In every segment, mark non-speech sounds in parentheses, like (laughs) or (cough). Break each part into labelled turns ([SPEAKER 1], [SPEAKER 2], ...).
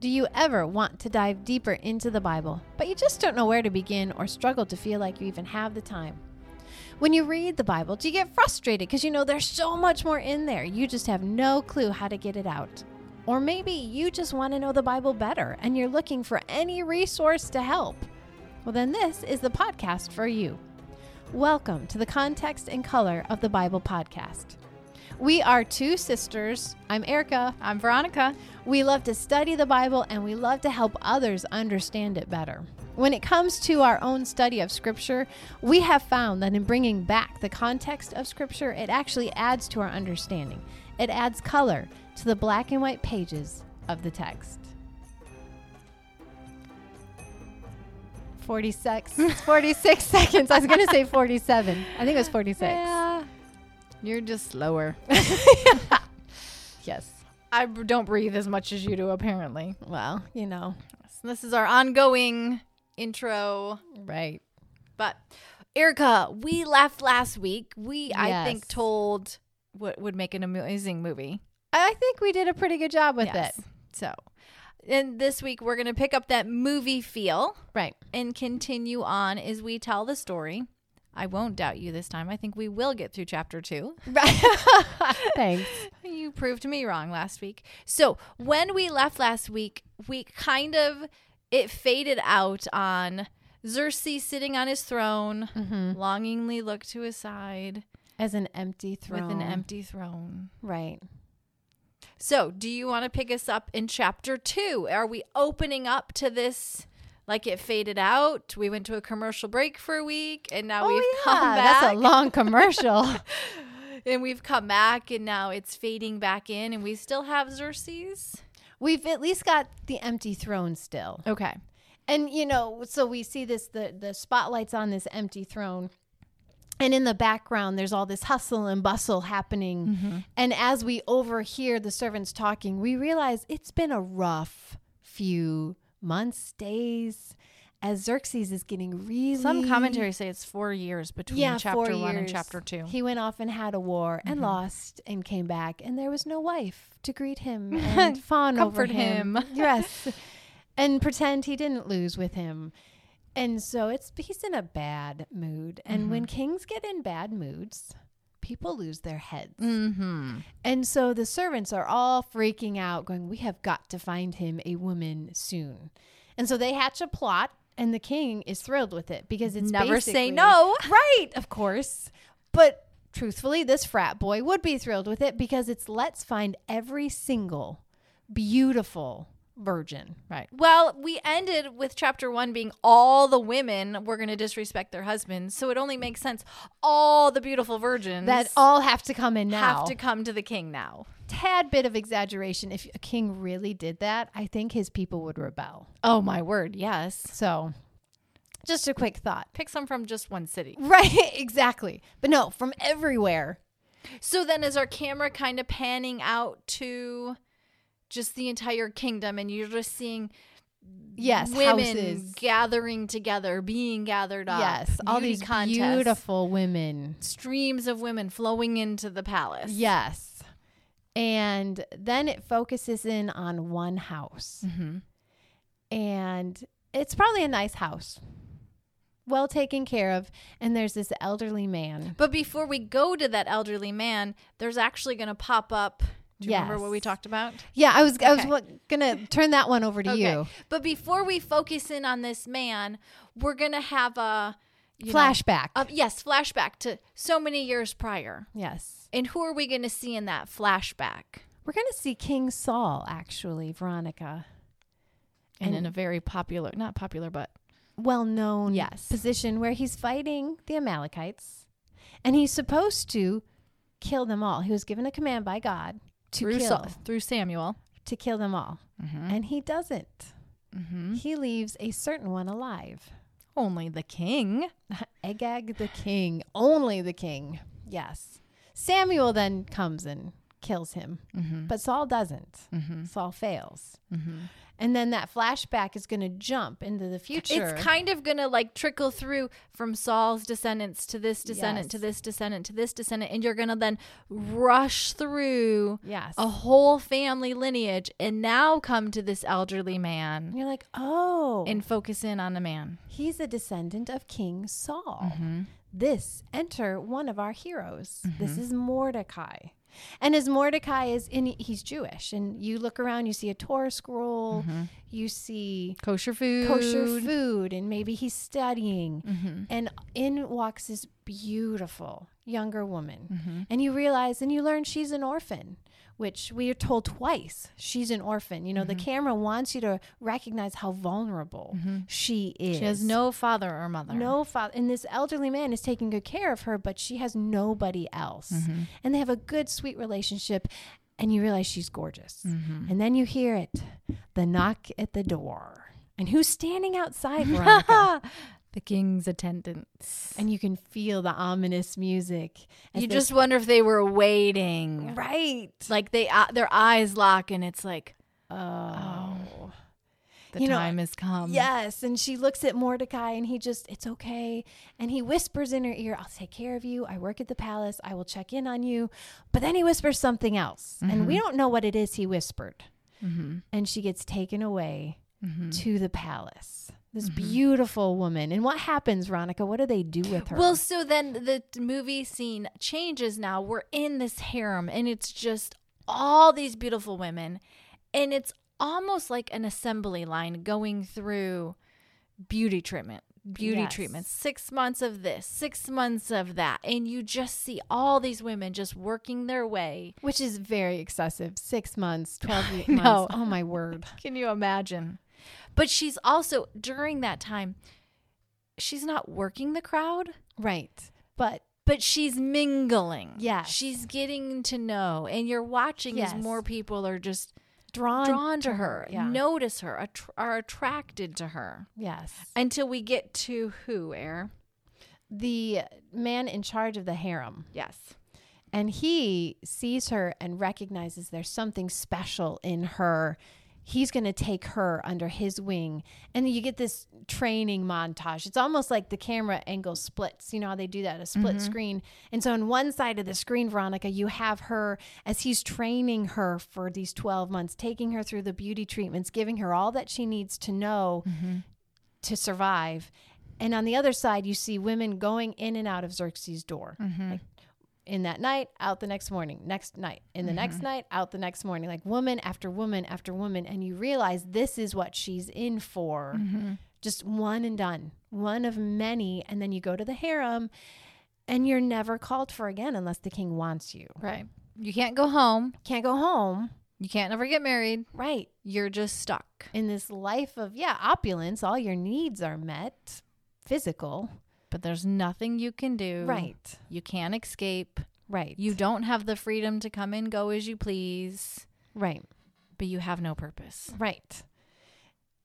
[SPEAKER 1] Do you ever want to dive deeper into the Bible, but you just don't know where to begin or struggle to feel like you even have the time? When you read the Bible, do you get frustrated because you know there's so much more in there? You just have no clue how to get it out. Or maybe you just want to know the Bible better and you're looking for any resource to help. Well, then this is the podcast for you. Welcome to the Context and Color of the Bible podcast. We are two sisters. I'm Erica.
[SPEAKER 2] I'm Veronica.
[SPEAKER 1] We love to study the Bible and we love to help others understand it better. When it comes to our own study of Scripture, we have found that in bringing back the context of Scripture, it actually adds to our understanding. It adds color to the black and white pages of the text. (laughs) 46, 46 seconds. I was going to say 47. I think it was 46.
[SPEAKER 2] Yeah. You're just slower.
[SPEAKER 1] Yes.
[SPEAKER 2] (laughs) I b- don't breathe as much as you do, apparently.
[SPEAKER 1] Well, you know,
[SPEAKER 2] So this is our ongoing intro.
[SPEAKER 1] right.
[SPEAKER 2] But Erica, we left last week. We, I
[SPEAKER 1] Yes.
[SPEAKER 2] think, told what would make an amazing movie.
[SPEAKER 1] I think we did a pretty good job with
[SPEAKER 2] Yes.
[SPEAKER 1] it.
[SPEAKER 2] So, and this week we're going to pick up that movie feel
[SPEAKER 1] Right.
[SPEAKER 2] and continue on as we tell the story. I won't doubt you this time. I think we will get through chapter two.
[SPEAKER 1] Thanks.
[SPEAKER 2] You proved me wrong last week. So when we left last week, we kind of it faded out on Xerxes sitting on his throne,
[SPEAKER 1] Mm-hmm.
[SPEAKER 2] longingly looked to his side
[SPEAKER 1] As an empty throne.
[SPEAKER 2] with an empty throne.
[SPEAKER 1] Right.
[SPEAKER 2] So do you want to pick us up in chapter two? Are we opening up to this? Like it faded out. We went to a commercial break for a week, and now we've come back.
[SPEAKER 1] Oh, That's a long
[SPEAKER 2] (laughs)
[SPEAKER 1] commercial.
[SPEAKER 2] and we've come back, and now it's fading back in, and we still have Xerxes.
[SPEAKER 1] We've at least got the empty throne still.
[SPEAKER 2] Okay.
[SPEAKER 1] And you know, so we see this the the spotlights on this empty throne. And in the background there's all this hustle and bustle happening.
[SPEAKER 2] Mm-hmm.
[SPEAKER 1] And as we overhear the servants talking, we realize it's been a rough few months, days as Xerxes is getting really
[SPEAKER 2] Some commentaries say it's four years between
[SPEAKER 1] yeah,
[SPEAKER 2] chapter
[SPEAKER 1] four
[SPEAKER 2] one and
[SPEAKER 1] years.
[SPEAKER 2] chapter two. Mm-hmm.
[SPEAKER 1] He went off and had a war and lost and came back, and there was no wife to greet
[SPEAKER 2] (laughs)
[SPEAKER 1] him and fawn over
[SPEAKER 2] Comfort him.
[SPEAKER 1] (laughs)
[SPEAKER 2] (laughs)
[SPEAKER 1] yes, and pretend he didn't lose with him. And so it's he's in a bad mood, and when
[SPEAKER 2] Mm-hmm.
[SPEAKER 1] kings get in bad moods, people lose their heads.
[SPEAKER 2] Mm-hmm.
[SPEAKER 1] And so the servants are all freaking out, going, We have got to find him a woman soon. And so they hatch a plot, and the king is thrilled with it because it's
[SPEAKER 2] Never say
[SPEAKER 1] basically-
[SPEAKER 2] no.
[SPEAKER 1] Right, of course. But truthfully, this frat boy would be thrilled with it because it's let's find every single beautiful virgin.
[SPEAKER 2] Right. Well, we ended with chapter one being all the women were going to disrespect their husbands, so it only makes sense all the beautiful virgins
[SPEAKER 1] That all have to come in now.
[SPEAKER 2] have to come to the king now.
[SPEAKER 1] Tad bit of exaggeration. If a king really did that, I think his people would rebel.
[SPEAKER 2] Oh my word! Yes,
[SPEAKER 1] So, just a quick thought.
[SPEAKER 2] (laughs) pick some from just one city.
[SPEAKER 1] Right, exactly. But no, from everywhere.
[SPEAKER 2] So then, is our camera kind of panning out to just the entire kingdom, and you're just seeing
[SPEAKER 1] Yes,
[SPEAKER 2] women
[SPEAKER 1] houses.
[SPEAKER 2] gathering together, being gathered up.
[SPEAKER 1] yes, all
[SPEAKER 2] beauty
[SPEAKER 1] these
[SPEAKER 2] contests,
[SPEAKER 1] beautiful women.
[SPEAKER 2] streams of women flowing into the palace.
[SPEAKER 1] Yes. And then it focuses in on one house.
[SPEAKER 2] Mhm.
[SPEAKER 1] Mm-hmm. And it's probably a nice house. Well taken care of, and there's this elderly man.
[SPEAKER 2] But before we go to that elderly man, there's actually going to pop up. Do you remember what we
[SPEAKER 1] Yes.
[SPEAKER 2] taled about?
[SPEAKER 1] Yeah, I was I was
[SPEAKER 2] Okay.
[SPEAKER 1] wa- gonna turn that one over to you.
[SPEAKER 2] But before we focus in on this man, we're going to have a you know,
[SPEAKER 1] Flashback.
[SPEAKER 2] a- yes, flashback to so many years prior.
[SPEAKER 1] yes,
[SPEAKER 2] And who are we going to see in that flashback?
[SPEAKER 1] we're gonna see King Saul actually, Veronica.
[SPEAKER 2] And, in a very popular, not popular, but
[SPEAKER 1] well known
[SPEAKER 2] Yes.
[SPEAKER 1] position where he's fighting the Amalekites and he's supposed to kill them all. He was given a command by God to
[SPEAKER 2] through,
[SPEAKER 1] kill
[SPEAKER 2] Sa- through Samuel.
[SPEAKER 1] to kill them all.
[SPEAKER 2] Mm-hmm.
[SPEAKER 1] And he doesn't. He leaves a certain one alive.
[SPEAKER 2] Only the king.
[SPEAKER 1] Agag the king, only the king. Yes. Samuel then comes and kills him.
[SPEAKER 2] Mm-hmm.
[SPEAKER 1] But Saul doesn't.
[SPEAKER 2] Mm-hmm.
[SPEAKER 1] Saul fails.
[SPEAKER 2] Mm-hmm.
[SPEAKER 1] And then that flashback is going to jump into the future.
[SPEAKER 2] It's kind of gonna like trickle through from Saul's descendants to this descendant to
[SPEAKER 1] Yes.
[SPEAKER 2] this descendant to this descendant, and you're gonna then rush through
[SPEAKER 1] yes.
[SPEAKER 2] a whole family lineage and now come to this elderly man
[SPEAKER 1] And you're like, oh,
[SPEAKER 2] and focus in on the man.
[SPEAKER 1] he's a descendant of King Saul.
[SPEAKER 2] Mm-hmm.
[SPEAKER 1] This, enter one of our heroes. This is Mordecai. And as Mordecai is in, he's Jewish. And you look around, you see a Torah scroll, you see
[SPEAKER 2] Kosher Mm-hmm. food.
[SPEAKER 1] kosher food, and maybe he's studying.
[SPEAKER 2] Mm-hmm.
[SPEAKER 1] And in walks this beautiful younger woman.
[SPEAKER 2] Mm-hmm.
[SPEAKER 1] And you realize and you learn she's an orphan, which we are told twice she's an orphan. You know,
[SPEAKER 2] Mm-hmm.
[SPEAKER 1] the camera wants you to recognize how vulnerable she is.
[SPEAKER 2] She has no father or mother.
[SPEAKER 1] No father. And this elderly man is taking good care of her, but she has nobody else. And they have a good, sweet relationship. And you realize she's gorgeous. And then you hear it the knock at the door. And who's standing outside, Veronica?
[SPEAKER 2] the king's attendants.
[SPEAKER 1] and you can feel the ominous music. as
[SPEAKER 2] You
[SPEAKER 1] they-
[SPEAKER 2] just wonder if they were waiting.
[SPEAKER 1] right.
[SPEAKER 2] Like they uh, their eyes lock and it's like
[SPEAKER 1] Oh.
[SPEAKER 2] the
[SPEAKER 1] You know,
[SPEAKER 2] time has
[SPEAKER 1] Um,
[SPEAKER 2] come.
[SPEAKER 1] Yes, and she looks at Mordecai and he just, it's okay. And he whispers in her ear, I'll take care of you. I work at the palace. I will check in on you. But then he whispers something else. And we don't know what it is he whispered. And she gets taken away to the palace. This beautiful woman. And what happens, Ronica? What do they do with her?
[SPEAKER 2] Well, so then the t- movie scene changes now. We're in this harem and it's just all these beautiful women. And it's almost like an assembly line going through beauty treatment, beauty
[SPEAKER 1] Yes.
[SPEAKER 2] treatments, six months of this, six months of that. And you just see all these women just working their way.
[SPEAKER 1] which is very excessive. Six months, (laughs) 12
[SPEAKER 2] I know.
[SPEAKER 1] months. Oh, my word.
[SPEAKER 2] Can you imagine? But she's also, during that time, she's not working the crowd.
[SPEAKER 1] Right. But
[SPEAKER 2] but she's mingling.
[SPEAKER 1] Yes.
[SPEAKER 2] She's getting to know. And you're watching
[SPEAKER 1] Yes.
[SPEAKER 2] as more people are just
[SPEAKER 1] drawn.
[SPEAKER 2] drawn to her,
[SPEAKER 1] yeah.
[SPEAKER 2] notice her, att- are attracted to her.
[SPEAKER 1] Yes.
[SPEAKER 2] Until we get to who, Air?
[SPEAKER 1] The man in charge of the harem.
[SPEAKER 2] Yes.
[SPEAKER 1] And he sees her and recognizes there's something special in her. He's going to take her under his wing. And you get this training montage. It's almost like the camera angle splits. You know how they do that, a split screen. And so, on one side of the screen, Veronica, you have her as he's training her for these 12 months, taking her through the beauty treatments, giving her all that she needs to know to survive. And on the other side, you see women going in and out of Xerxes' door. Like, in that night, out the next morning, next night, in the next night, out the next morning, like woman after woman after woman. And you realize this is what she's in for. Just one and done, one of many. And then you go to the harem and you're never called for again unless the king wants you.
[SPEAKER 2] Right. You can't go home.
[SPEAKER 1] Can't go home.
[SPEAKER 2] You can't ever get married.
[SPEAKER 1] Right.
[SPEAKER 2] You're just stuck.
[SPEAKER 1] In this life of, yeah, opulence, all your needs are met physical.
[SPEAKER 2] But there's nothing you can do.
[SPEAKER 1] Right.
[SPEAKER 2] You can't escape.
[SPEAKER 1] Right.
[SPEAKER 2] You don't have the freedom to come and go as you please,
[SPEAKER 1] right.
[SPEAKER 2] but you have no purpose.
[SPEAKER 1] Right.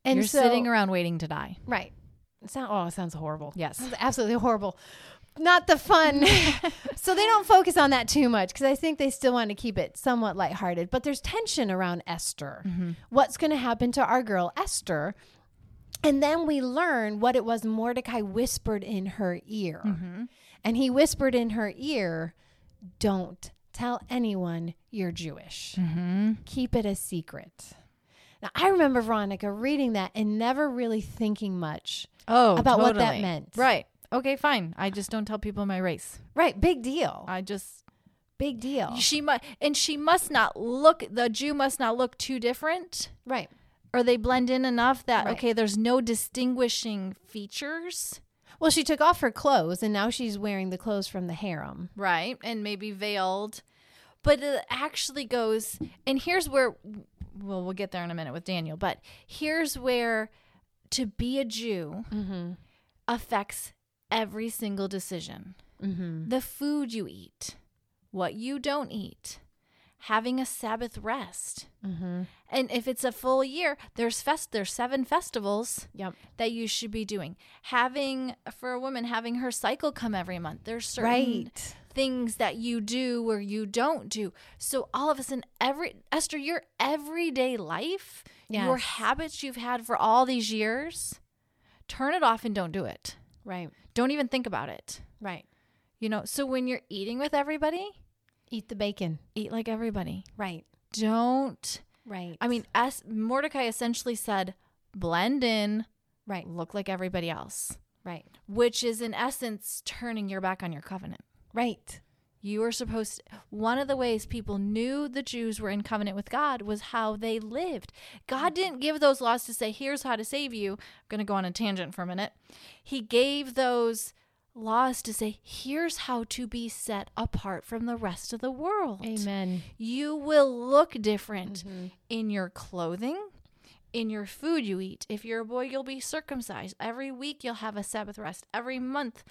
[SPEAKER 1] And
[SPEAKER 2] you're
[SPEAKER 1] so,
[SPEAKER 2] sitting around waiting to die.
[SPEAKER 1] Right. It sound, oh, it sounds horrible.
[SPEAKER 2] Yes.
[SPEAKER 1] Sounds absolutely horrible. Not the fun. so they don't focus on that too much because I think they still want to keep it somewhat lighthearted. But there's tension around Esther. What's going to happen to our girl, Esther? And then we learn what it was Mordecai whispered in her ear. And he whispered in her ear, Don't tell anyone you're Jewish, keep it a secret. Now, I remember Veronica reading that and never really thinking much
[SPEAKER 2] oh
[SPEAKER 1] about what that
[SPEAKER 2] totally.
[SPEAKER 1] meant.
[SPEAKER 2] right okay fine i just don't tell people my race
[SPEAKER 1] Right, big deal.
[SPEAKER 2] i just
[SPEAKER 1] Big deal.
[SPEAKER 2] she must and she must not look the jew must not look too different
[SPEAKER 1] Right.
[SPEAKER 2] or they blend in enough that
[SPEAKER 1] Right.
[SPEAKER 2] okay there's no distinguishing features
[SPEAKER 1] Well, she took off her clothes and now she's wearing the clothes from the harem.
[SPEAKER 2] right and maybe veiled but it actually goes and here's where well we'll get there in a minute with daniel but here's where to be a jew
[SPEAKER 1] Mm-hmm.
[SPEAKER 2] affects every single decision
[SPEAKER 1] Mm-hmm.
[SPEAKER 2] the food you eat what you don't eat having a sabbath rest
[SPEAKER 1] Mm-hmm.
[SPEAKER 2] and if it's a full year there's fest there's seven festivals
[SPEAKER 1] Yep.
[SPEAKER 2] that you should be doing having for a woman having her cycle come every month there's certain
[SPEAKER 1] Right.
[SPEAKER 2] things that you do or you don't do. So all of a sudden, every Esther, your everyday life, your
[SPEAKER 1] Yes.
[SPEAKER 2] habits you've had for all these years, turn it off and don't do it.
[SPEAKER 1] Right.
[SPEAKER 2] Don't even think about it.
[SPEAKER 1] Right.
[SPEAKER 2] You know, so when you're eating with everybody,
[SPEAKER 1] Eat the bacon.
[SPEAKER 2] eat like everybody.
[SPEAKER 1] Right.
[SPEAKER 2] Don't.
[SPEAKER 1] Right.
[SPEAKER 2] I mean, es- Mordecai essentially said, blend in,
[SPEAKER 1] right.
[SPEAKER 2] look like everybody else,
[SPEAKER 1] Right.
[SPEAKER 2] which is in essence turning your back on your covenant.
[SPEAKER 1] Right.
[SPEAKER 2] You were supposed one of the ways people knew the Jews were in covenant with God was how they lived. God didn't give those laws to say, here's how to save you. I'm going to go on a tangent for a minute. He gave those laws to say, here's how to be set apart from the rest of the world.
[SPEAKER 1] Amen.
[SPEAKER 2] You will look different in your clothing, in your food you eat. If you're a boy, you'll be circumcised. Every week you'll have a Sabbath rest. Every month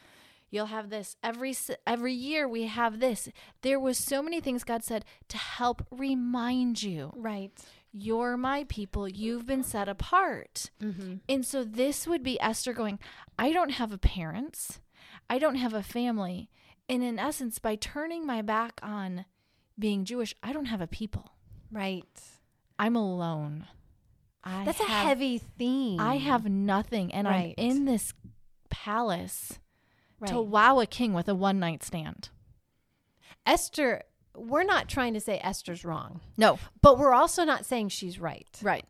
[SPEAKER 2] you'll have this. Every s- every year we have this. There was so many things God said to help remind you.
[SPEAKER 1] Right.
[SPEAKER 2] You're my people. You've been set apart.
[SPEAKER 1] Mm-hmm.
[SPEAKER 2] And so this would be Esther going, I don't have a parents. I don't have a family. And in essence, by turning my back on being Jewish, I don't have a people.
[SPEAKER 1] Right.
[SPEAKER 2] I'm alone. I
[SPEAKER 1] That's
[SPEAKER 2] have-
[SPEAKER 1] a heavy theme.
[SPEAKER 2] I have nothing. And
[SPEAKER 1] Right.
[SPEAKER 2] I'm in this palace
[SPEAKER 1] right.
[SPEAKER 2] to wow a king with a one night stand.
[SPEAKER 1] Esther. We're not trying to say Esther's wrong,
[SPEAKER 2] No.
[SPEAKER 1] but we're also not saying she's right
[SPEAKER 2] Right.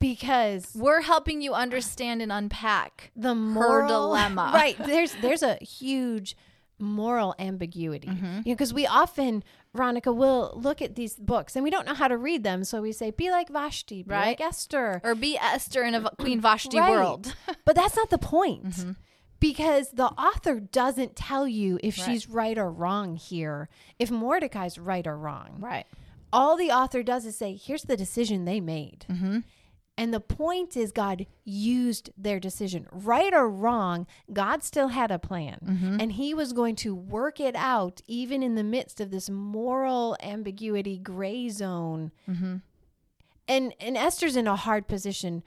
[SPEAKER 1] because
[SPEAKER 2] We're helping you understand and unpack.
[SPEAKER 1] the moral
[SPEAKER 2] dilemma.
[SPEAKER 1] (laughs) right there's there's a huge moral ambiguity
[SPEAKER 2] Mm-hmm.
[SPEAKER 1] you know because we often veronica will look at these books and we don't know how to read them so we say be like vashti be like
[SPEAKER 2] Right.
[SPEAKER 1] esther
[SPEAKER 2] Or be Esther in a v- Queen Vashti
[SPEAKER 1] Right.
[SPEAKER 2] world.
[SPEAKER 1] (laughs)
[SPEAKER 2] Mm-hmm.
[SPEAKER 1] but that's not the point because the author doesn't tell you if she's right or wrong here if mordecai's right or wrong
[SPEAKER 2] Right.
[SPEAKER 1] all the author does is say, here's the decision they made. And the point is, God used their decision. Right or wrong, God still had a plan. And He was going to work it out, even in the midst of this moral ambiguity gray zone. And, and Esther's in a hard position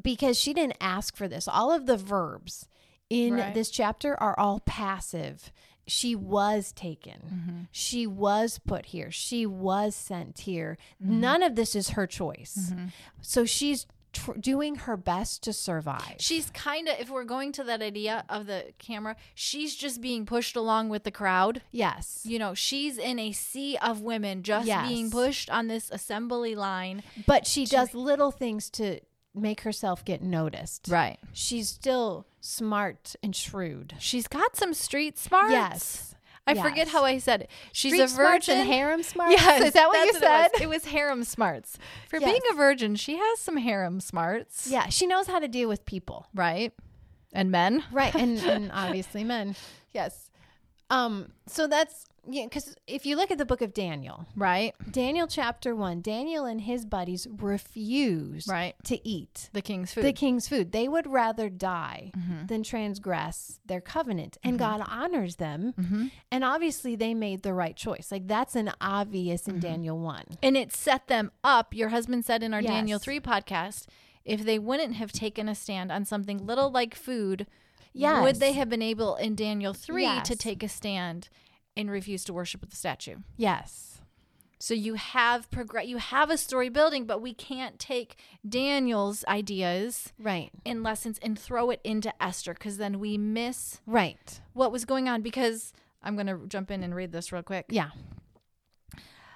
[SPEAKER 1] because she didn't ask for this. All of the verbs in
[SPEAKER 2] Right.
[SPEAKER 1] this chapter are all passive. She was taken. She was put here. She was sent here. None of this is her choice. So she's tr- doing her best to survive.
[SPEAKER 2] She's kind of, if we're going to that idea of the camera, she's just being pushed along with the crowd.
[SPEAKER 1] Yes.
[SPEAKER 2] You know, she's in a sea of women just
[SPEAKER 1] Yes.
[SPEAKER 2] being pushed on this assembly line.
[SPEAKER 1] But she does little things to make herself get noticed.
[SPEAKER 2] Right.
[SPEAKER 1] She's still smart and shrewd.
[SPEAKER 2] She's got some street smarts.
[SPEAKER 1] Yes.
[SPEAKER 2] I forget
[SPEAKER 1] Yes.
[SPEAKER 2] how I said it. She's
[SPEAKER 1] Street
[SPEAKER 2] a
[SPEAKER 1] smarts
[SPEAKER 2] virgin.
[SPEAKER 1] and
[SPEAKER 2] (laughs)
[SPEAKER 1] harem smarts.
[SPEAKER 2] Yes,
[SPEAKER 1] Is that what you
[SPEAKER 2] that's
[SPEAKER 1] said?
[SPEAKER 2] It was. It was harem smarts. For
[SPEAKER 1] Yes.
[SPEAKER 2] being a virgin, she has some harem smarts.
[SPEAKER 1] Yeah. She knows how to deal with people.
[SPEAKER 2] Right. And men.
[SPEAKER 1] right
[SPEAKER 2] (laughs)
[SPEAKER 1] and, and obviously men yes um so that's yeah because if you look at the book of daniel
[SPEAKER 2] Right.
[SPEAKER 1] daniel chapter one daniel and his buddies refuse
[SPEAKER 2] Right.
[SPEAKER 1] to eat
[SPEAKER 2] The king's food. Mm-hmm.
[SPEAKER 1] the king's food they would rather die than transgress their covenant and god honors them
[SPEAKER 2] Mm-hmm.
[SPEAKER 1] and obviously they made the right choice like that's an obvious
[SPEAKER 2] Mm-hmm.
[SPEAKER 1] in daniel 1
[SPEAKER 2] and it set them up. Your husband said in our
[SPEAKER 1] Yes.
[SPEAKER 2] Daniel 3 podcast, if they wouldn't have taken a stand on something little like food, would
[SPEAKER 1] Yes.
[SPEAKER 2] they have been able in Daniel 3 to
[SPEAKER 1] Yes.
[SPEAKER 2] take a stand and refuse to worship the statue?
[SPEAKER 1] yes
[SPEAKER 2] So you have progress you have a story building, but we can't take Daniel's ideas
[SPEAKER 1] right
[SPEAKER 2] and lessons and throw it into Esther because then we miss
[SPEAKER 1] right
[SPEAKER 2] what was going on because I'm going to jump in and read this real quick.
[SPEAKER 1] yeah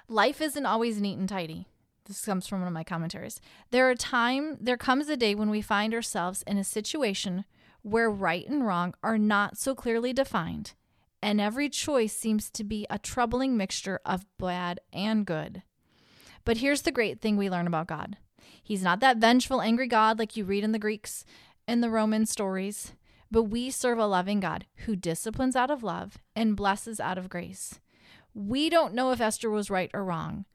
[SPEAKER 2] Life isn't always neat and tidy. This comes from one of my commentaries. There are time there comes a day when we find ourselves in a situation where right and wrong are not so clearly defined, and every choice seems to be a troubling mixture of bad and good. But here's the great thing we learn about God. He's not that vengeful, angry God like you read in the Greeks and the Roman stories, but we serve a loving God who disciplines out of love and blesses out of grace. We don't know if Esther was right or wrong,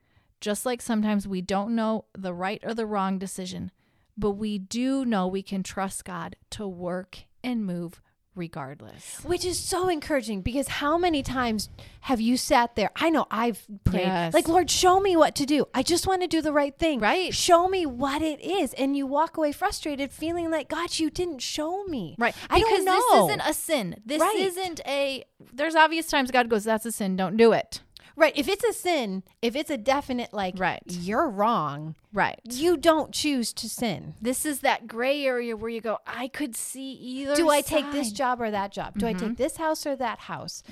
[SPEAKER 2] just like sometimes we don't know the right or the wrong decision, but we do know we can trust God to work and move regardless.
[SPEAKER 1] Which is so encouraging because how many times have you sat there? I know I've prayed,
[SPEAKER 2] Yes.
[SPEAKER 1] like, Lord, show me what to do. I just want to do the right thing.
[SPEAKER 2] Right.
[SPEAKER 1] Show me what it is. And you walk away frustrated, feeling like, God, you didn't show me. I don't
[SPEAKER 2] because
[SPEAKER 1] know.
[SPEAKER 2] this isn't a sin. This
[SPEAKER 1] Right.
[SPEAKER 2] isn't a there's obvious times God goes, That's a sin, don't do it.
[SPEAKER 1] right. If it's a sin, if it's a definite, like,
[SPEAKER 2] Right.
[SPEAKER 1] you're wrong,
[SPEAKER 2] Right.
[SPEAKER 1] you don't choose to sin.
[SPEAKER 2] This is that gray area where you go, I could see either.
[SPEAKER 1] do I take this
[SPEAKER 2] side." Mm-hmm.
[SPEAKER 1] job or that job? Do I take this house or that house?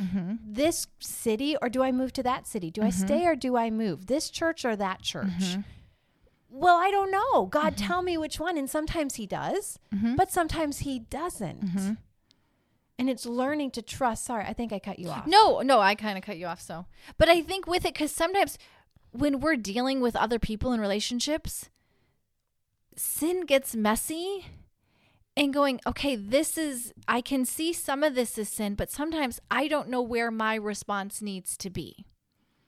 [SPEAKER 1] This city or do I move to that city? Do I
[SPEAKER 2] Mm-hmm.
[SPEAKER 1] stay or do I move? This church or that church? Well, I don't know. God,
[SPEAKER 2] Mm-hmm.
[SPEAKER 1] tell me which one. And sometimes He does, but sometimes He doesn't.
[SPEAKER 2] Mm-hmm.
[SPEAKER 1] And it's learning to trust. Sorry, I think I cut you off.
[SPEAKER 2] No, no, I kind of cut you off. So, but I think with it, because sometimes when we're dealing with other people in relationships, sin gets messy and going, okay, this is, I can see some of this is sin, but sometimes I don't know where my response needs to be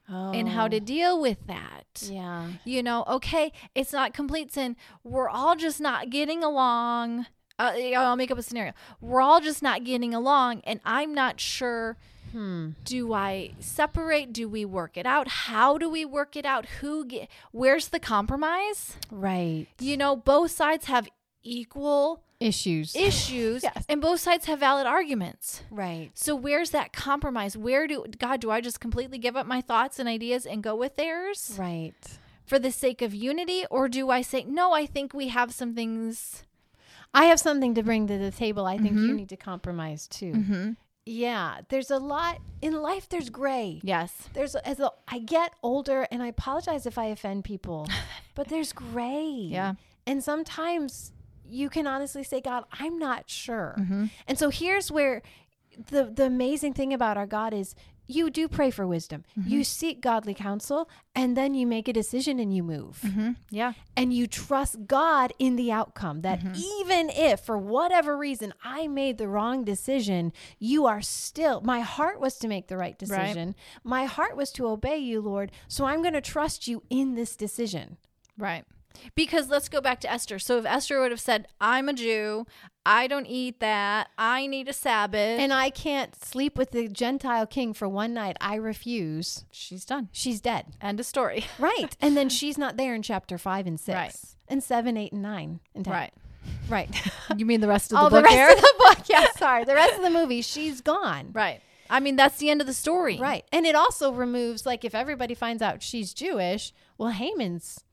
[SPEAKER 1] Oh,
[SPEAKER 2] and how to deal with that.
[SPEAKER 1] Yeah.
[SPEAKER 2] You know, okay, it's not complete sin. We're all just not getting along. Uh, I'll make up a scenario. We're all just not getting along, and I'm not sure
[SPEAKER 1] Hmm.
[SPEAKER 2] do I separate? Do we work it out? How do we work it out? Who get, where's the compromise?
[SPEAKER 1] Right.
[SPEAKER 2] You know, both sides have equal
[SPEAKER 1] Issues.
[SPEAKER 2] issues
[SPEAKER 1] Yes.
[SPEAKER 2] and both sides have valid arguments.
[SPEAKER 1] right.
[SPEAKER 2] So where's that compromise? Where do God, do I just completely give up my thoughts and ideas and go with theirs
[SPEAKER 1] Right.
[SPEAKER 2] for the sake of unity or do I say, "No, I think we have some things."
[SPEAKER 1] I have something to bring to the table. I think you need to compromise too.
[SPEAKER 2] Mhm.
[SPEAKER 1] Yeah, there's a lot in life. There's gray.
[SPEAKER 2] Yes.
[SPEAKER 1] There's as a, I get older, and I apologize if I offend people, but there's gray.
[SPEAKER 2] Yeah.
[SPEAKER 1] and sometimes you can honestly say, God, I'm not sure. And so here's where the the amazing thing about our God is. You do pray for wisdom. You seek godly counsel, and then you make a decision and you move
[SPEAKER 2] Mhm. Yeah.
[SPEAKER 1] and you trust God in the outcome. That
[SPEAKER 2] Mm-hmm.
[SPEAKER 1] even if, for whatever reason, I made the wrong decision, you are still, my heart was to make the right decision. My heart was to obey you, Lord. So I'm going to trust you in this decision.
[SPEAKER 2] Right. Because let's go back to Esther. So if Esther would have said, I'm a Jew, I don't eat that, I need a Sabbath,
[SPEAKER 1] And I can't sleep with the Gentile king for one night. I refuse.
[SPEAKER 2] she's done.
[SPEAKER 1] She's dead.
[SPEAKER 2] End of story.
[SPEAKER 1] Right. and then she's not there in chapter five and six.
[SPEAKER 2] Right.
[SPEAKER 1] And seven, eight, and nine, and ten.
[SPEAKER 2] Right. (laughs)
[SPEAKER 1] right.
[SPEAKER 2] You mean the rest of
[SPEAKER 1] All the rest of the book. Yeah, sorry. The (laughs) rest of the movie, she's gone.
[SPEAKER 2] right. I mean, that's the end of the story.
[SPEAKER 1] Right. And it also removes, like, if everybody finds out she's Jewish, well, Haman's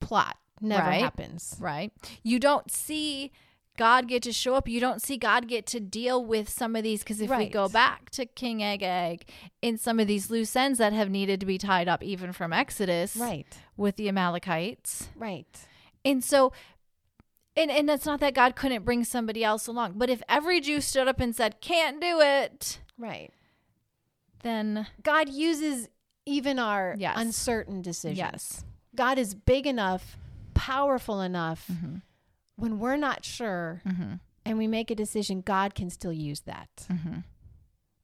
[SPEAKER 1] plot never
[SPEAKER 2] Right.
[SPEAKER 1] happens.
[SPEAKER 2] Right. You don't see God get to show up. You don't see God get to deal with some of these. Because if we
[SPEAKER 1] Right.
[SPEAKER 2] go back to King Egg Egg, in some of these loose ends that have needed to be tied up, even from Exodus
[SPEAKER 1] Right.
[SPEAKER 2] with the Amalekites.
[SPEAKER 1] Right.
[SPEAKER 2] And so and and it's not that God couldn't bring somebody else along, but if every Jew stood up and said, "Can't do it,"
[SPEAKER 1] Right.
[SPEAKER 2] then
[SPEAKER 1] God uses even our
[SPEAKER 2] Yes.
[SPEAKER 1] uncertain decisions. (laughs) God is big enough, powerful enough. When we're not sure and we make a decision, God can still use that.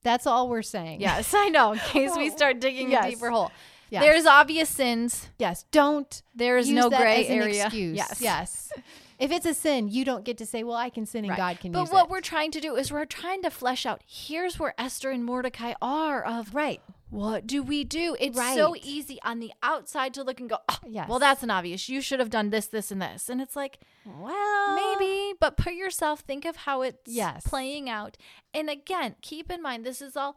[SPEAKER 1] That's all we're saying. (laughs)
[SPEAKER 2] Yes, I know. In case we
[SPEAKER 1] Oh,
[SPEAKER 2] start digging
[SPEAKER 1] yes.
[SPEAKER 2] a deeper hole.
[SPEAKER 1] Yes.
[SPEAKER 2] There's obvious sins.
[SPEAKER 1] Yes. Don't
[SPEAKER 2] There is
[SPEAKER 1] use
[SPEAKER 2] no
[SPEAKER 1] that
[SPEAKER 2] gray
[SPEAKER 1] as an
[SPEAKER 2] area.
[SPEAKER 1] excuse.
[SPEAKER 2] Yes.
[SPEAKER 1] Yes. If it's a sin, you don't get to say, "Well, I can sin and
[SPEAKER 2] Right.
[SPEAKER 1] God can
[SPEAKER 2] but
[SPEAKER 1] use
[SPEAKER 2] what
[SPEAKER 1] it."
[SPEAKER 2] we're trying to do is we're trying to flesh out here's where Esther and Mordecai are of
[SPEAKER 1] right.
[SPEAKER 2] what do we do? It's so
[SPEAKER 1] Right.
[SPEAKER 2] easy on the outside to look and go, oh,
[SPEAKER 1] Yes.
[SPEAKER 2] well, that's an obvious. You should have done this, this, and this. And it's like,
[SPEAKER 1] Well,
[SPEAKER 2] maybe but put yourself think of how it's
[SPEAKER 1] Ah. Yes.
[SPEAKER 2] playing out and again keep in mind this is all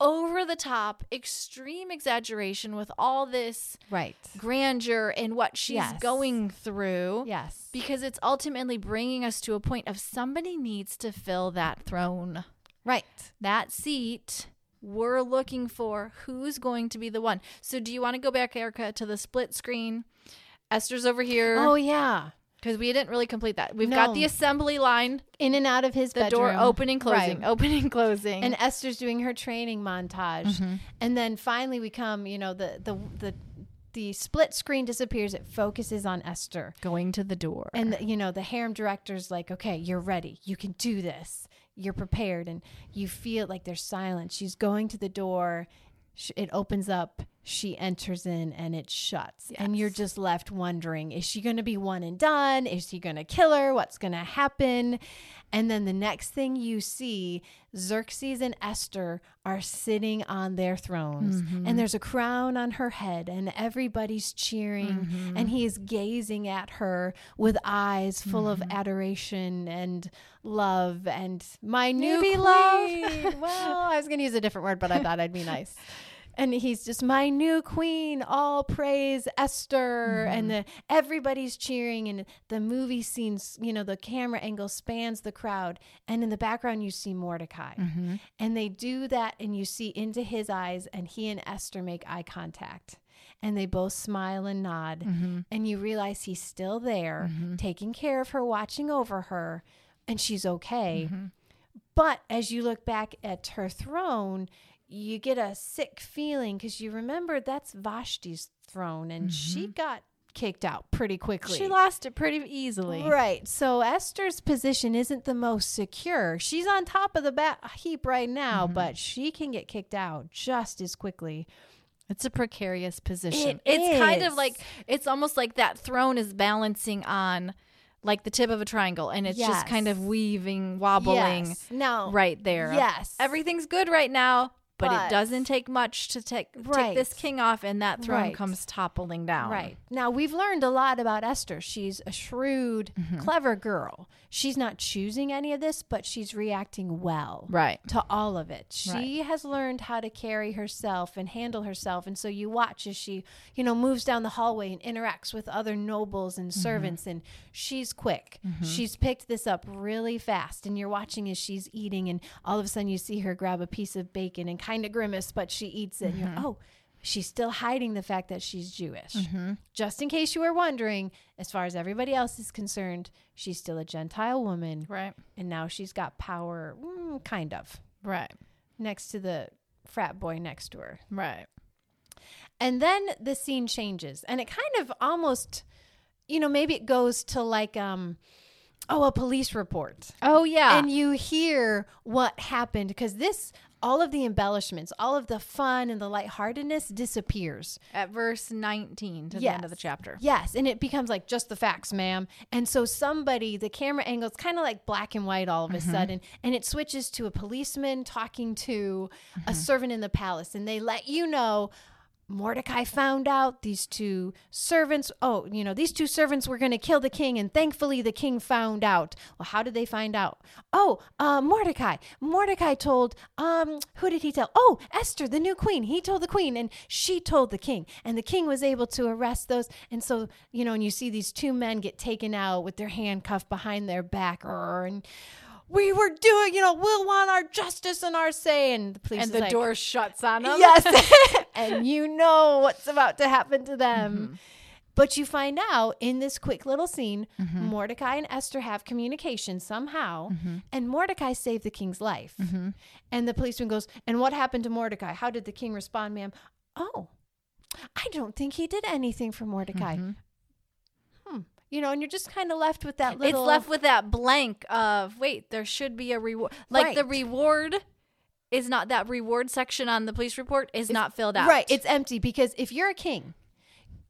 [SPEAKER 2] over the top extreme exaggeration with all this
[SPEAKER 1] Right.
[SPEAKER 2] grandeur and what she's
[SPEAKER 1] Yes.
[SPEAKER 2] going through
[SPEAKER 1] Yes.
[SPEAKER 2] because it's ultimately bringing us to a point of somebody needs to fill that throne
[SPEAKER 1] Right.
[SPEAKER 2] that seat we're looking for who's going to be the one so do you want to go back erica to the split screen esther's over
[SPEAKER 1] Oh
[SPEAKER 2] here
[SPEAKER 1] yeah.
[SPEAKER 2] because we didn't really complete that we've got
[SPEAKER 1] No.
[SPEAKER 2] the assembly line
[SPEAKER 1] In and out of his
[SPEAKER 2] the door
[SPEAKER 1] bedroom.
[SPEAKER 2] opening closing
[SPEAKER 1] Right.
[SPEAKER 2] opening closing
[SPEAKER 1] And Esther's doing her training montage,
[SPEAKER 2] Mm-hmm.
[SPEAKER 1] and then finally we come. You know the the the the split screen disappears. It focuses on Esther,
[SPEAKER 2] going to the door
[SPEAKER 1] and the, you know the harem director's like, "Okay, you're ready. You can do this. You're prepared." And you feel like there's silence. She's going to the door. Sh- It opens up. she enters in and it shuts. And you're just left wondering is she going to be one and done? Is he going to kill her? What's going to happen? And then the next thing you see, Xerxes and Esther are sitting on their thrones, and there's a crown on her head, and everybody's cheering, and he is gazing at her with eyes full of adoration and love and my new
[SPEAKER 2] Newbie love.
[SPEAKER 1] (laughs) love. well, I was going to use a different word, but I thought I'd be nice. And he's just my new queen, all praise Esther, and the, everybody's cheering, and the movie scenes, you know, the camera angle spans the crowd, and in the background you see Mordecai, and they do that, and you see into his eyes, and he and Esther make eye contact, and they both smile and nod, and you realize he's still there, taking care of her, watching over her, and she's okay. But as you look back at her throne, you get a sick feeling because you remember that's Vashti's throne and she got kicked out pretty quickly.
[SPEAKER 2] She lost it pretty easily.
[SPEAKER 1] Right. So Esther's position isn't the most secure. She's on top of the bat heap right now,
[SPEAKER 2] Mm-hmm.
[SPEAKER 1] but she can get kicked out just as quickly.
[SPEAKER 2] It's a precarious position.
[SPEAKER 1] It
[SPEAKER 2] it's kind of
[SPEAKER 1] is.
[SPEAKER 2] like it's almost like that throne is balancing on like the tip of a triangle and it's just kind of
[SPEAKER 1] Yes.
[SPEAKER 2] weaving, wobbling
[SPEAKER 1] Yes. No.
[SPEAKER 2] right there. of,
[SPEAKER 1] Yes.
[SPEAKER 2] Everything's good right now, but,
[SPEAKER 1] But-
[SPEAKER 2] it doesn't take much to take take
[SPEAKER 1] Right.
[SPEAKER 2] this king off and that throne
[SPEAKER 1] Right.
[SPEAKER 2] comes toppling down.
[SPEAKER 1] Right. Now, we've learned a lot about Esther. She's a shrewd,
[SPEAKER 2] Mm-hmm.
[SPEAKER 1] clever girl. She's not choosing any of this, but she's reacting well.
[SPEAKER 2] Right.
[SPEAKER 1] to all of it. She has learned how to carry herself and handle herself. And so you watch as she, you know, moves down the hallway and interacts with other nobles and servants. And she's quick. She's picked this up really fast. And you're watching as she's eating. And all of a sudden you see her grab a piece of bacon and kind of grimace, but she eats it. And you're, oh, she's still hiding the fact that she's Jewish. Just in case you were wondering, as far as everybody else is concerned, she's still a Gentile woman.
[SPEAKER 2] Right.
[SPEAKER 1] And now she's got power, mm, kind of
[SPEAKER 2] Right.
[SPEAKER 1] next to the frat boy next to her.
[SPEAKER 2] Right.
[SPEAKER 1] And then the scene changes and it kind of almost you know maybe it goes to like um oh a police report.
[SPEAKER 2] Oh yeah.
[SPEAKER 1] And you hear what happened because this all of the embellishments, all of the fun and the lightheartedness disappears.
[SPEAKER 2] At verse 19 to the end of the
[SPEAKER 1] Yes.
[SPEAKER 2] chapter.
[SPEAKER 1] Yes, and it becomes like just the facts, ma'am. And so somebody, the camera angle, it's kind of like black and white all of a sudden, and it switches to a policeman talking to a servant in the palace, and they let you know. Mordecai found out these two servants. Oh, you know, these two servants were going to kill the king, and thankfully the king found out. Well, how did they find out? Oh, uh, Mordecai. Mordecai told, um, who did he tell? Oh, Esther, the new queen. He told the queen, and she told the king. And the king was able to arrest those. And so, you know, and you see these two men get taken out with their handcuffed behind their back. Or, and we were doing, you know, we'll want our justice and our say. And the police
[SPEAKER 2] And
[SPEAKER 1] is
[SPEAKER 2] the
[SPEAKER 1] like,
[SPEAKER 2] door shuts on (laughs) them. (laughs)
[SPEAKER 1] Yes. and you know what's about to happen to them.
[SPEAKER 2] Mm-hmm.
[SPEAKER 1] But you find out in this quick little scene,
[SPEAKER 2] Mm-hmm.
[SPEAKER 1] Mordecai and Esther have communication somehow, and Mordecai saved the king's life.
[SPEAKER 2] Mm-hmm.
[SPEAKER 1] And the policeman goes, And what happened to Mordecai? How did the king respond, ma'am? Oh, I don't think he did anything for Mordecai. Hmm. You know, and you're just kind of left with that little.
[SPEAKER 2] Mm-hmm. It's left with that blank of wait, there should be a reward. Like the
[SPEAKER 1] Right.
[SPEAKER 2] reward is not that reward section on the police report is not filled out.
[SPEAKER 1] Right. It's empty because if you're a king,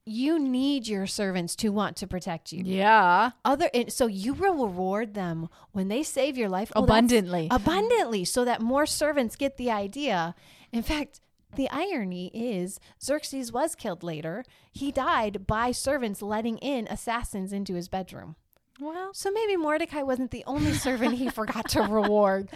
[SPEAKER 1] you need your servants to want to protect you.
[SPEAKER 2] yeah.
[SPEAKER 1] other and so you will reward them when they save your life Oh, that's-
[SPEAKER 2] Abundantly.
[SPEAKER 1] abundantly so that more servants get the idea in fact the irony is xerxes was killed later he died by servants letting in assassins into his bedroom
[SPEAKER 2] Well,
[SPEAKER 1] so maybe mordecai wasn't the only servant
[SPEAKER 2] (laughs)
[SPEAKER 1] he forgot to reward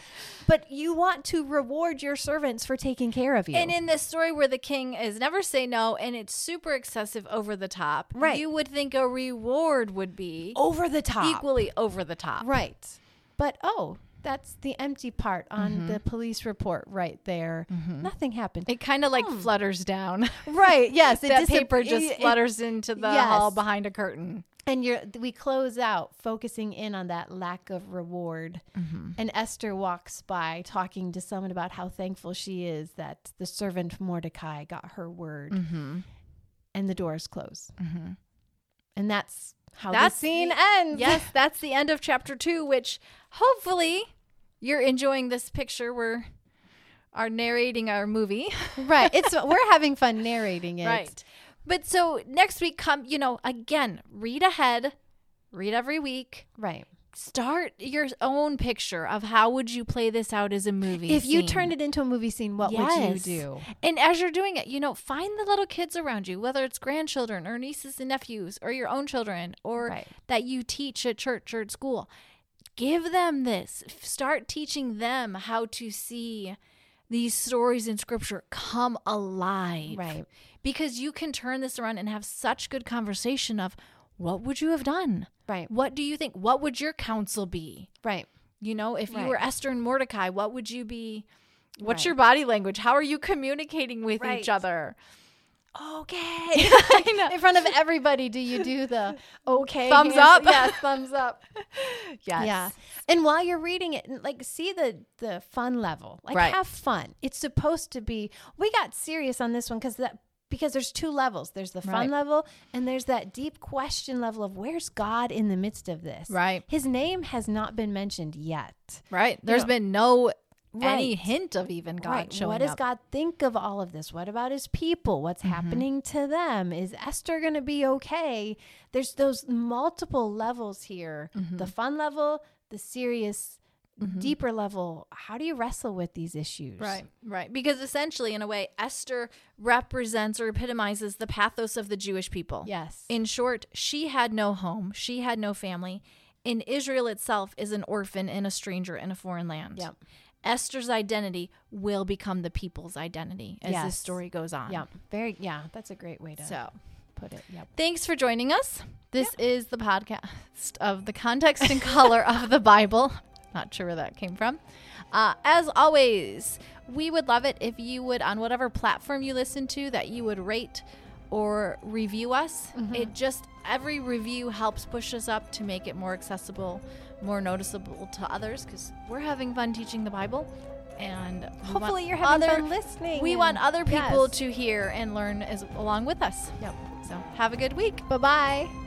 [SPEAKER 1] but you want to reward your servants for taking care of you
[SPEAKER 2] and in this story where the king is never say no and it's super excessive over the top,
[SPEAKER 1] Right.
[SPEAKER 2] you would think a reward would be
[SPEAKER 1] over the top
[SPEAKER 2] equally over the top.
[SPEAKER 1] Right. But oh, that's the empty part on
[SPEAKER 2] Mm-hmm.
[SPEAKER 1] the police report right there. Nothing happened.
[SPEAKER 2] It kind of like flutters down. (laughs)
[SPEAKER 1] right. Yes. It
[SPEAKER 2] that
[SPEAKER 1] Hmm. disap-
[SPEAKER 2] paper
[SPEAKER 1] it-
[SPEAKER 2] just
[SPEAKER 1] it-
[SPEAKER 2] flutters into the
[SPEAKER 1] yes.
[SPEAKER 2] hall behind a curtain.
[SPEAKER 1] and you're, we close out focusing in on that lack of reward.
[SPEAKER 2] Mm-hmm.
[SPEAKER 1] And Esther walks by talking to someone about how thankful she is that the servant Mordecai got her word.
[SPEAKER 2] Mm-hmm.
[SPEAKER 1] And the doors close. And that's how that
[SPEAKER 2] That's
[SPEAKER 1] scene (laughs)
[SPEAKER 2] the-
[SPEAKER 1] ends.
[SPEAKER 2] yes, (laughs) that's the end of chapter two, which hopefully you're enjoying this picture where are narrating our movie.
[SPEAKER 1] right.
[SPEAKER 2] (laughs)
[SPEAKER 1] It's we're having fun narrating it.
[SPEAKER 2] Right. But so next week come, you know, again, read ahead, read every week.
[SPEAKER 1] Right.
[SPEAKER 2] Start your own picture of how would you play this out as a movie.
[SPEAKER 1] If you
[SPEAKER 2] scene.
[SPEAKER 1] turned it into a movie scene, what
[SPEAKER 2] Yes.
[SPEAKER 1] would you do?
[SPEAKER 2] And as you're doing it, you know, find the little kids around you, whether it's grandchildren or nieces and nephews or your own children or
[SPEAKER 1] Right.
[SPEAKER 2] that you teach at church or at school. Give them this. F- Start teaching them how to see these stories in scripture come alive.
[SPEAKER 1] Right.
[SPEAKER 2] Because you can turn this around and have such good conversation of what would you have done?
[SPEAKER 1] Right.
[SPEAKER 2] What do you think? What would your counsel be?
[SPEAKER 1] Right.
[SPEAKER 2] You know, if you
[SPEAKER 1] Right.
[SPEAKER 2] were Esther and Mordecai, what would you be? What's
[SPEAKER 1] Right.
[SPEAKER 2] your body language? How are you communicating with
[SPEAKER 1] Right.
[SPEAKER 2] each other?
[SPEAKER 1] (laughs) Okay.
[SPEAKER 2] I know.
[SPEAKER 1] In front of everybody, do you do the (laughs) okay?
[SPEAKER 2] Thumbs
[SPEAKER 1] hands-
[SPEAKER 2] up.
[SPEAKER 1] Yes, thumbs (laughs) up.
[SPEAKER 2] Yes.
[SPEAKER 1] Yeah. And while you're reading it, and, like see the the fun level. Like
[SPEAKER 2] Right.
[SPEAKER 1] have fun. It's supposed to be. We got serious on this one because that because there's two levels. There's the fun
[SPEAKER 2] Right.
[SPEAKER 1] level and there's that deep question level of where's God in the midst of this.
[SPEAKER 2] Right.
[SPEAKER 1] His name has not been mentioned yet.
[SPEAKER 2] Right. There's been no any
[SPEAKER 1] Right.
[SPEAKER 2] hint of even God showing
[SPEAKER 1] What does
[SPEAKER 2] up. Mm-hmm.
[SPEAKER 1] God think of all of this? What about his people? What's happening to them? Is Esther going to be okay? There's those multiple levels here
[SPEAKER 2] Mm-hmm.
[SPEAKER 1] the fun level, the serious, deeper level. How do you wrestle with these issues?
[SPEAKER 2] Right, right. Because essentially, in a way, Esther represents or epitomizes the pathos of the Jewish people.
[SPEAKER 1] Yes.
[SPEAKER 2] In short, she had no home, she had no family, and Israel itself is an orphan and a stranger in a foreign land.
[SPEAKER 1] Yep.
[SPEAKER 2] Esther's identity will become the people's identity as
[SPEAKER 1] Yes.
[SPEAKER 2] this story goes on.
[SPEAKER 1] yeah. Very, yeah. That's a great way to
[SPEAKER 2] So,
[SPEAKER 1] put it. Yep.
[SPEAKER 2] thanks for joining us. This is the podcast of the context and color of the Bible. (laughs) Not sure where that came from. Uh, as always, we would love it if you would, on whatever platform you listen to, that you would rate or review us.
[SPEAKER 1] Mm-hmm.
[SPEAKER 2] It just every review helps push us up to make it more accessible, more noticeable to others because we're having fun teaching the Bible. And we want
[SPEAKER 1] Hopefully, you're having
[SPEAKER 2] other-
[SPEAKER 1] fun listening.
[SPEAKER 2] We
[SPEAKER 1] and-
[SPEAKER 2] want other people
[SPEAKER 1] Yes.
[SPEAKER 2] to hear and learn as along with us.
[SPEAKER 1] Yep.
[SPEAKER 2] So have a good week.
[SPEAKER 1] Bye bye.